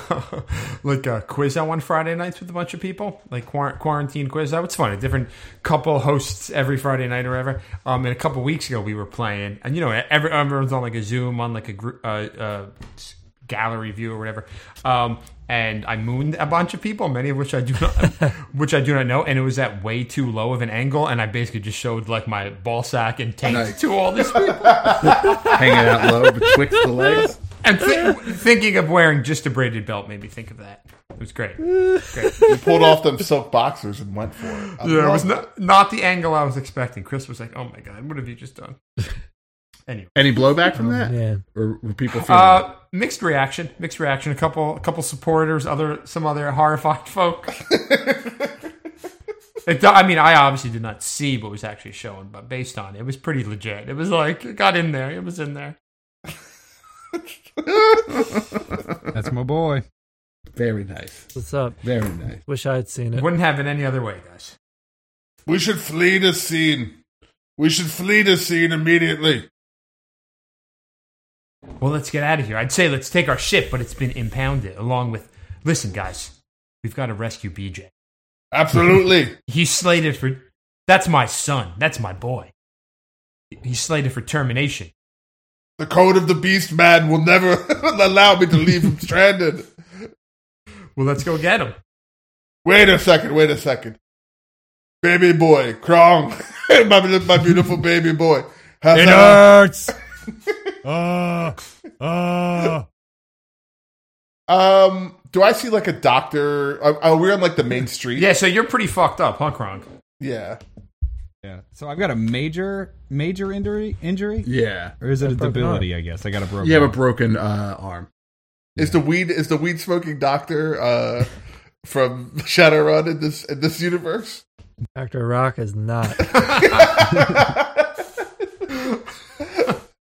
like a quiz on one Friday nights with a bunch of people, like quar- quarantine quiz. That was fun. A different couple hosts every Friday night or whatever. Um, and a couple weeks ago, we were playing, and you know, every, everyone's on like a Zoom, on like a group, uh, uh, s- gallery view or whatever. Um, and I mooned a bunch of people, many of which I do not, which I do not know, and it was at way too low of an angle, and I basically just showed like my ball sack and tank to all these people. Hanging out low betwixt the legs. And th- thinking of wearing just a braided belt made me think of that. It was great. great. You pulled off them silk boxers and went for it. I Yeah, it was love not, not the angle I was expecting. Chris was like, "Oh my god, what have you just done?" Anyway, Any blowback from that? Yeah. Or were people feeling it? uh, mixed reaction. Mixed reaction. A couple, a couple supporters. Other, some other horrified folk. It, do- I mean, I obviously did not see what was actually shown, but based on it, it was pretty legit. It was like it got in there. It was in there. That's my boy. Very nice. What's up? Very nice. Wish I had seen it. Wouldn't have it any other way, guys. We should flee the scene. We should flee the scene immediately. Well, let's get out of here. I'd say let's take our ship, but it's been impounded along with. Listen, guys, we've got to rescue BJ. Absolutely. He's slated for. That's my son. That's my boy. He's slated for termination. the code of the beast man will never allow me to leave him stranded. Well, let's go get him. Wait a second, wait a second. Baby boy, Krong, my, my beautiful baby boy. Has It a- hurts. Ah, ah. um, do I see like a doctor? Are, are we on like the main street? Yeah, so you're pretty fucked up, huh, Kronk? Yeah. Yeah. So I've got a major, major injury, injury, Yeah. or is it a broken debility? I guess I got a broken. You have a broken uh, arm. Is the weed is the weed smoking doctor uh, from Shadowrun in this in this universe? Dr. Rock is not.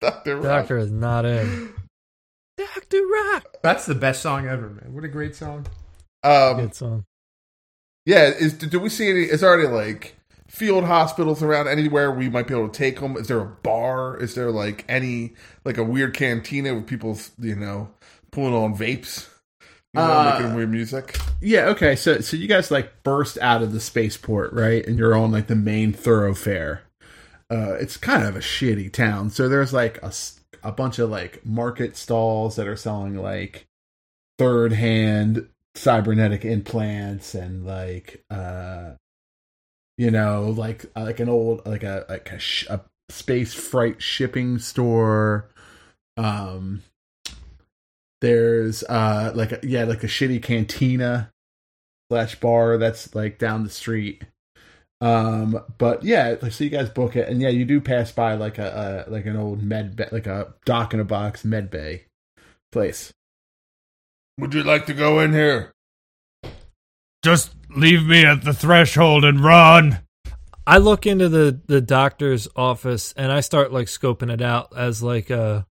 Doctor Rock. Doctor is not in. Dr. Rock. That's the best song ever, man. What a great song. Um, Good song. Yeah, is do we see any? Is there any like field hospitals around anywhere we might be able to take them? Is there a bar? Is there like any like a weird cantina with people you know pulling on vapes, you know, Uh, making weird music? Yeah, okay. So so you guys like burst out of the spaceport, right? And you're on like the main thoroughfare. Uh it's kind of a shitty town. So there's like a s- a bunch of like market stalls that are selling like third-hand cybernetic implants and like uh you know, like uh, like an old like a like a, sh- a space freight shipping store um there's uh like a, yeah like a shitty cantina slash bar that's like down the street um but yeah like so you guys book it and yeah you do pass by like a, a like an old med ba- like a dock in a box med bay place Would you like to go in here? Just leave me at the threshold and run. I look into the the doctor's office and I start like scoping it out as like a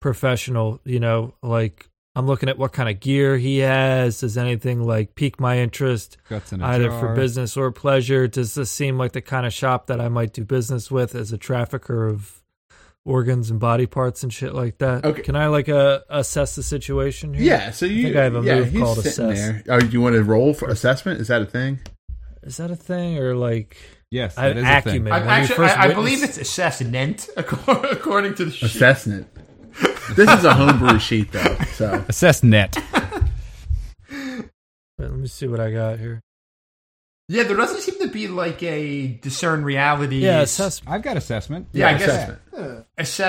professional, you know, like I'm looking at what kind of gear he has. Does anything like pique my interest Guts in a either jar. for business or pleasure? Does this seem like the kind of shop that I might do business with as a trafficker of organs and body parts and shit like that? Okay. Can I like uh, assess the situation here? yeah so you think I have a yeah, move he's called sitting assess. there oh you want to roll for assessment is that a thing Is that a thing or like yes, I- that is a thing. acumen. I, When you actually, first I, I witnessed- believe it's assassinant, according according to the sheet. assessment this is a homebrew sheet though so Assess net. let me see what I got here. yeah, there doesn't seem to be like a discern reality. Yeah, assess I've got assessment. Yeah, I guess- assessment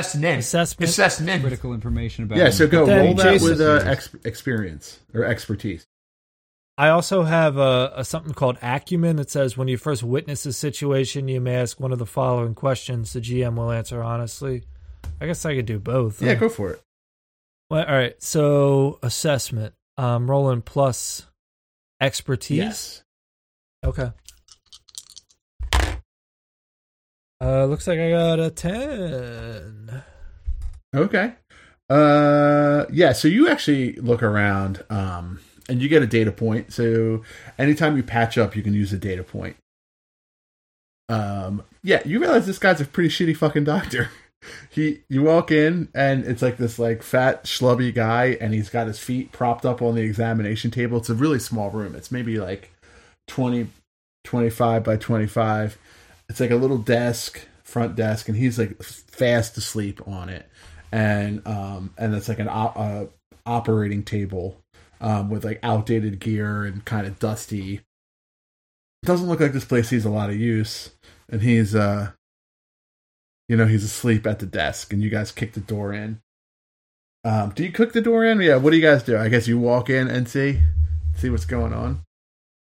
assessment. Assessment. Assessment. Critical information about. yeah so go Then roll that Jason- with uh, ex- experience or expertise I also have a, a something called acumen that says when you first witness a situation, you may ask one of the following questions. The GM will answer honestly. I guess I could do both. yeah go for it Well, all right. So assessment. Um, rolling plus expertise. Yes. Okay. Uh, looks like I got a ten. Okay. Uh yeah, so you actually look around um and you get a data point. So anytime you patch up, you can use a data point. Um yeah, you realize this guy's a pretty shitty fucking doctor. He you walk in and it's like this like fat schlubby guy and he's got his feet propped up on the examination table. It's a really small room. It's maybe like 20 25 by 25. It's like a little desk, front desk and he's like fast asleep on it and um and it's like an op- uh, operating table um with like outdated gear and kind of dusty doesn't look like this place sees a lot of use and he's uh you know he's asleep at the desk and you guys kick the door in um do you kick the door in yeah what do you guys do i guess you walk in and see see what's going on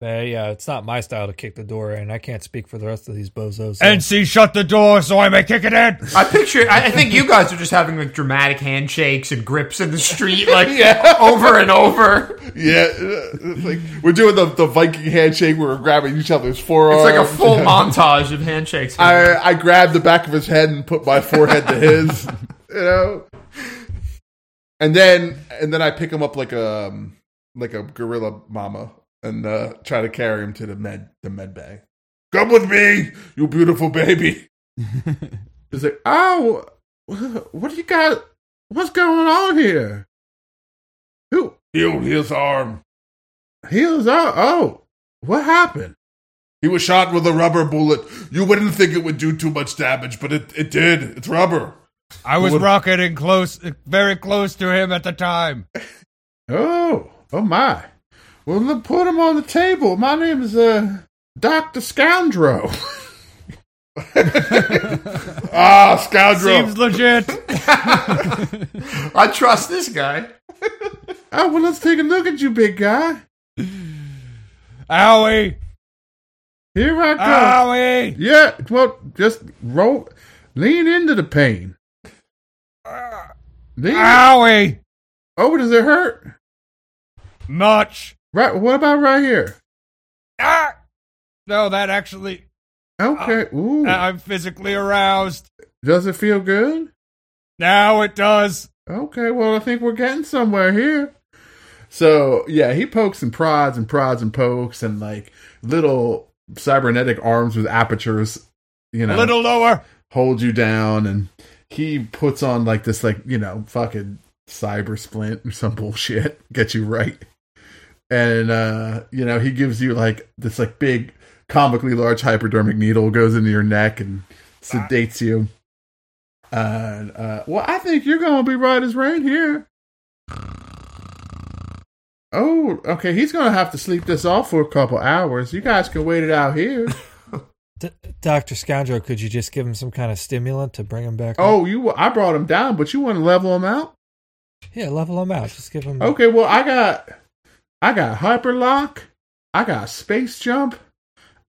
Uh, yeah, it's not my style to kick the door in. I can't speak for the rest of these bozos. so- NC, shut the door so I may kick it in. I picture. I, I think you guys are just having like dramatic handshakes and grips in the street, like Yeah. over and over. Yeah, it's like we're doing the, the Viking handshake where we're grabbing each other's It's forearms. like a full montage of handshakes. Uh, I, I grabbed the back of his head and put my forehead to his, you know. And then and then I pick him up like a um, like a gorilla mama and uh, try to carry him to the med the med bay. Come with me, you beautiful baby. It's like, oh, what do you got? What's going on here? Who Healed his arm. heals out? Oh, what happened? He was shot with a rubber bullet. You wouldn't think it would do too much damage, but it, it did. It's rubber. I was rocketing close, very close to him at the time. Oh, oh my. Well, let put him on the table. My name is uh, Doctor Scoundrel. Ah, scoundrel. Seems legit. I trust this guy. oh, well, let's take a look at you, big guy. Owie, Here I go. Ah. owie. yeah, well, just roll, lean into the pain. Lean. Ah. Owie! Oh, does it hurt? Much. Right. What about right here? Ah! No, that actually, Okay. Ooh. I- I'm physically aroused. Does it feel good? Now it does. Okay, well, I think we're getting somewhere here. So, yeah, he pokes and prods and prods and pokes and like little cybernetic arms with apertures, you know, A little lower. hold you down. And he puts on like this, like, you know, fucking cyber splint or some bullshit, get you right. And, uh, you know, he gives you like this, like, big, comically large hypodermic needle goes into your neck and sedates you. And uh, well, I think you're gonna be right as rain here. Oh, okay. He's gonna have to sleep this off for a couple hours. You guys can wait it out here. D- Doctor Scoundrel, could you just give him some kind of stimulant to bring him back? up? Oh, you. I brought him down, but you want to level him out? yeah, level him out. Just give Mm. him. Okay. Well, I got, I got hyperlock. I got space jump.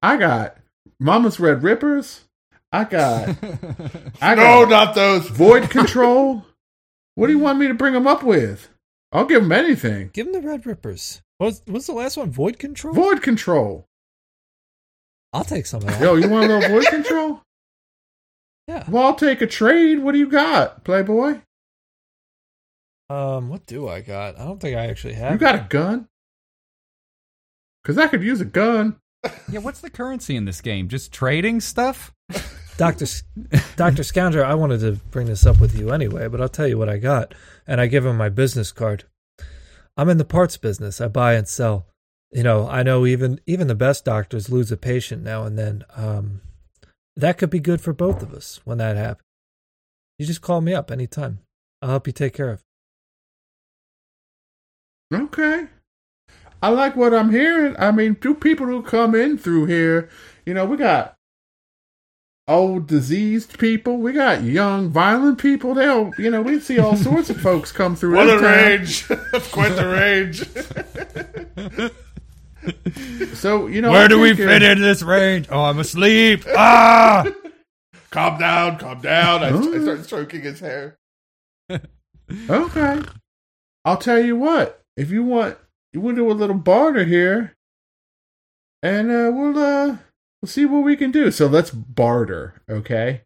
I got Mama's Red Rippers. I got. I no, got not those. void control. what do you want me to bring him up with? I'll give him anything. Give him the Red Rippers. What's what's the last one? Void Control. Void control. I'll take some of that. Yo, you want a little void control? Yeah. Well, I'll take a trade. What do you got, Playboy? Um, what do I got? I don't think I actually have. You got a gun? Because I could use a gun. Yeah, what's the currency in this game? Just trading stuff? Doctor Doctor Scoundrel. I wanted to bring this up with you anyway, but I'll tell you what I got. And I give him my business card. I'm in the parts business. I buy and sell. You know, I know even even the best doctors lose a patient now and then. Um, that could be good for both of us when that happens. You just call me up anytime. I'll help you take care of. Okay. I like what I'm hearing. I mean, two people who come in through here, you know, we got old diseased people, we got young violent people. They'll, you know, we see all sorts of folks come through. What a every time. rage. Quite the rage. So you know, Where I'm do we thinking- fit in this range? Oh, I'm asleep. Ah! calm down, calm down. I, I start stroking his hair. Okay. I'll tell you what. If you want, we'll do a little barter here, and uh, we'll uh, we'll see what we can do. So let's barter, okay?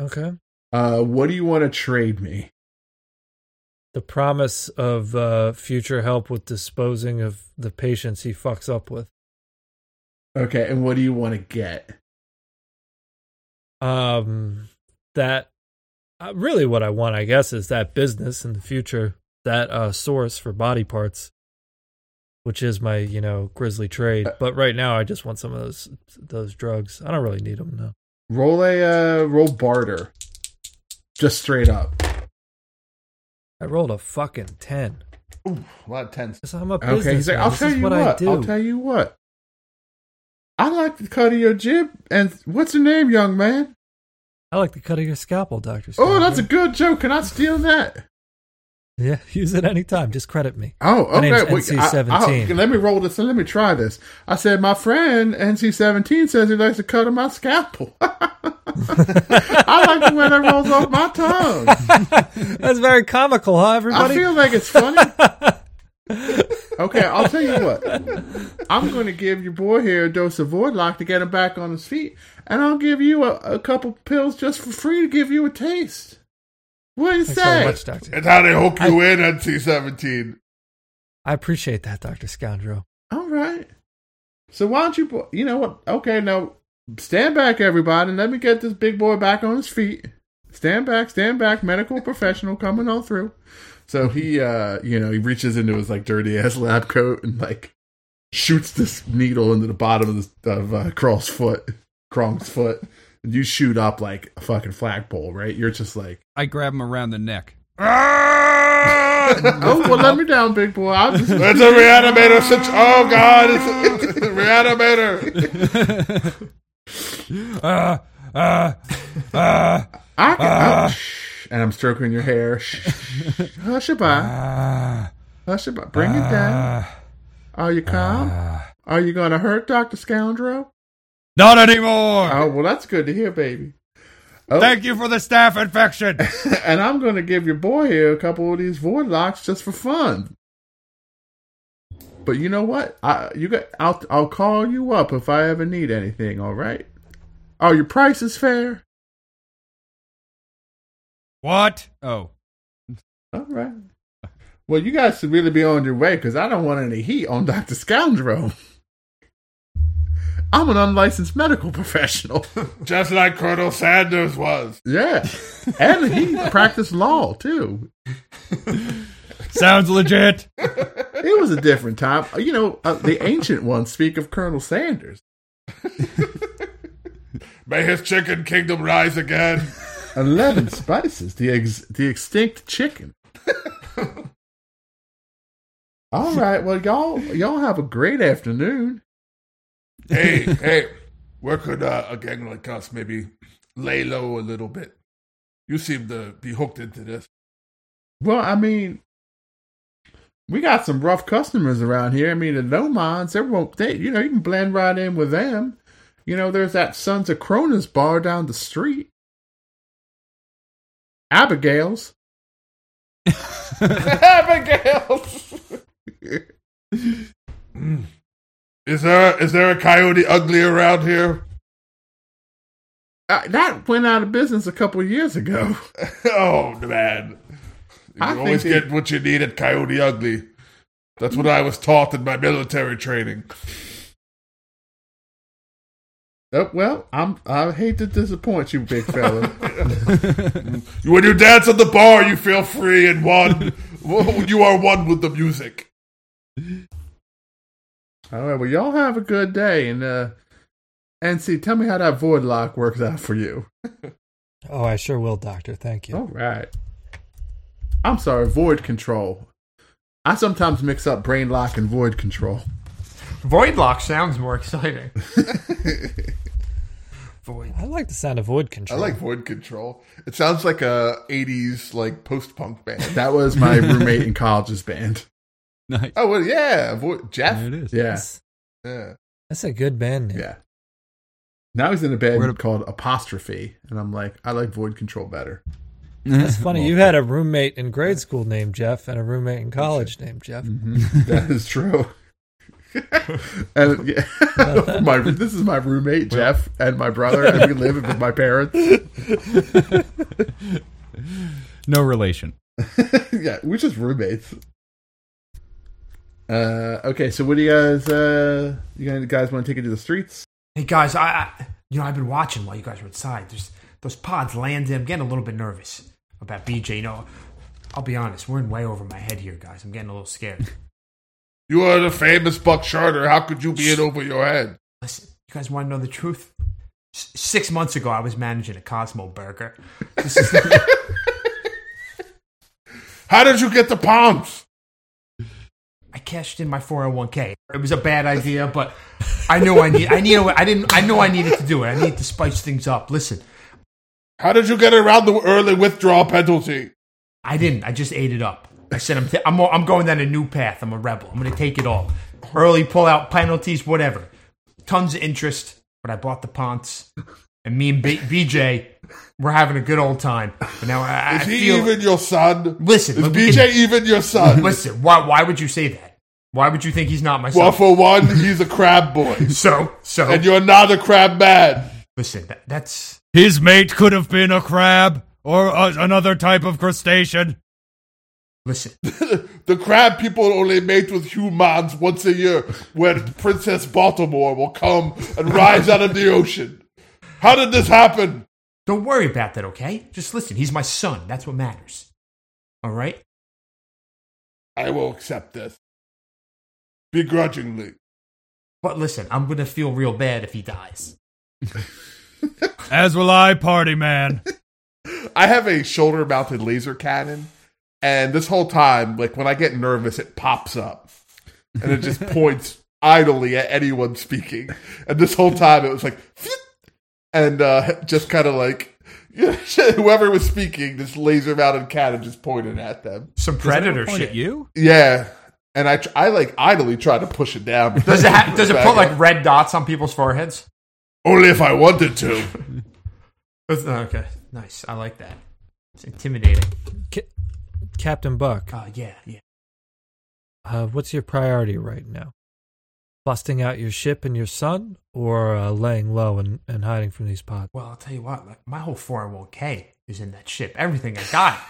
Okay. Uh, what do you want to trade me? The promise of uh, future help with disposing of the patients he fucks up with. Okay, and what do you want to get? um that uh, really what i want i guess is that business in the future that uh source for body parts which is my you know grisly Uh, trade but right now i just want some of those those drugs i don't really need them no Roll a uh, roll barter, just straight up. i rolled a fucking 10 A lot of tens. because i'm a business Okay, he's like, I'll this tell is you what, what. i do I'll tell you what. I like the cut of your jib, and what's your name, young man? i like the cut of your scalpel dr Oh, Scott. that's a good joke. Can I steal that? yeah use it anytime just credit me Oh, My okay. name's Wait, NC17. I- I- let me roll this and let me try this. I said, my friend NC17 says he likes the cut of my scalpel. I like the way that rolls off my tongue. that's very comical huh I everybody feel like it's funny. okay, I'll tell you what. I'm going to give your boy here a dose of Vordlock to get him back on his feet, and I'll give you a, a couple pills just for free to give you a taste. What do you thanks very say? much doctor And how they hook you in at C seventeen? i appreciate that dr scoundrel All right. So why don't you, bo- you know what? Okay, now stand back, everybody, and let me get this big boy back on his feet. Stand back, stand back, medical professional coming on through. So he, uh, you know, he reaches into his like dirty ass lab coat and like shoots this needle into the bottom of this, of uh, Krong's foot, Krong's foot. And you shoot up like a fucking flagpole, right? You're just like, I grab him around the neck. oh well, let me down, big boy. I'll just That's a reanimator. Such oh god, it's, it's a reanimator. Uh, uh, uh, I can, oh, shh, and I'm stroking your hair. Shh, hush it by. uh, Hush it by. Bring it down. Are you calm? Are you going to hurt Dr. Scoundrel? not anymore. Oh, well, that's good to hear, baby. Oh, Thank you for the staph infection. and I'm going to give your boy here a couple of these void locks just for fun. But you know what? I you got I'll I'll call you up if I ever need anything, all right? Oh, your price is fair. what? Oh, All right. Well, you guys should really be on your way because I don't want any heat on Dr. Scoundrel. I'm an unlicensed medical professional. Just like Colonel Sanders was. yeah. And he practiced law, too. sounds legit. It was a different time. You know, uh, the ancient ones speak of Colonel Sanders. May his chicken kingdom rise again. 11 spices, the, ex- the extinct chicken. All right. Well, y'all y'all have a great afternoon. hey, hey, where could uh, a gang like us maybe lay low a little bit? You seem to be hooked into this. Well, I mean, we got some rough customers around here. I mean, the no minds, they won't. They, you know, you can blend right in with them. You know, there's that Sons of Cronus bar down the street. Abigail's. Abigail. Mm. Is there is there a coyote ugly around here? Uh, that went out of business a couple years ago. oh man, you I think always they- get what you need at Coyote Ugly. That's what I was taught in my military training. Oh, well, I'm. I hate to disappoint you, big fella. When you dance at the bar, you feel free and one. you are one with the music. All right. Well, y'all have a good day, and uh, and see, tell me how that void lock works out for you. oh i sure will doctor thank you All right. I'm sorry, void control. I sometimes mix up brain lock and void control. Voidlock sounds more exciting. Void. I like the sound of void control. Void Control. It sounds like a '80s like post punk band. That was my roommate in college's band. Nice. Oh well, yeah, Void Jeff. There it is. Yeah, That's, Yeah. that's a good band name. yeah. Now he's in a band Where to- called Apostrophe, and I'm like, I like void control better. That's funny. you had a roommate in grade school named Jeff and a roommate in college named Jeff. That is true. and yeah, my this is my roommate Jeff and my brother, and we live with my parents. No relation. yeah, we're just roommates. Uh, okay, so what do you guys uh, you guys- guys want to take it to the streets? Hey guys, I, I you know I've been watching while you guys were inside. There's those pods landing. I'm getting a little bit nervous about BJ. You know, I'll be honest, we're in way over my head here, guys. I'm getting a little scared. You are the famous Buck Charter. How could you be in over your head? Listen, you guys want to know the truth? S- six months ago, I was managing a Cosmo Burger. This is How did you get the palms? I cashed in my 401k. It was a bad idea, but I knew I need. I need. I didn't. I knew I needed to do it. I needed to spice things up. Listen, How did you get around the early withdrawal penalty? I didn't. I just ate it up. I said, I'm, t- I'm, I'm going down a new path. I'm a rebel. I'm going to take it all. Early pull out penalties, whatever. Tons of interest, but I bought the ponts. And me and B- BJ, we're having a good old time. But now I, I Is he feel. even your son? Listen, is look, we BJ even your son? Uh, listen, why, why would you say that? Why would you think he's not my Well, son? for one, he's a crab boy, so, so. and you're not a crab man. listen, that, that's. His mate could have been a crab or a, another type of crustacean. Listen, The crab people only mate with humans once a year when Princess Baltimore will come and rise out of the ocean. How did this happen? Don't worry about that, okay? Just listen. He's my son. That's what matters. All right? I will accept this. Begrudgingly. But listen, I'm going to feel real bad if he dies. As will I, party man. I have a shoulder mounted laser cannon, and this whole time, like when I get nervous, it pops up and it just points idly at anyone speaking. And this whole time, it was like, and uh, just kind of like whoever was speaking, this laser mounted cannon just pointed at them. Some predator Point shit. at you? Yeah. And I, tr- I like idly try to push it down. but Does it, ha- does it back put up. like red dots on people's foreheads? only if I wanted to? That's- uh, Okay, nice. I like that. It's intimidating. Ca- Captain Buck, Uh, yeah, yeah. uh, what's your priority right now? Busting out your ship and your son, or uh, laying low and, and hiding from these pods? Well, I'll tell you what, like, my whole 401k is in that ship. Everything I got.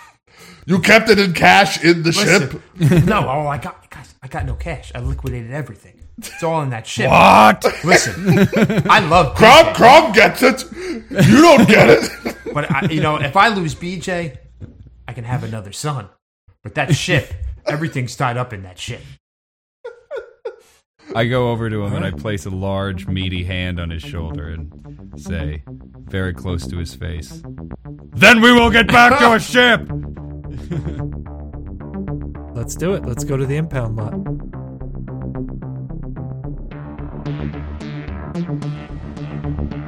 You kept it in cash in the ship. Listen, no, all I got, guys, I got no cash. I liquidated everything. It's all in that ship. What? Listen, I love Crom, Crom gets it. You don't get it. But I, you know, if I lose BJ, I can have another son. But that ship, everything's tied up in that ship. I go over to him and I place a large, meaty hand on his shoulder and say, very close to his face, Then we will get back to our ship! Let's do it. Let's go to the impound lot. Thank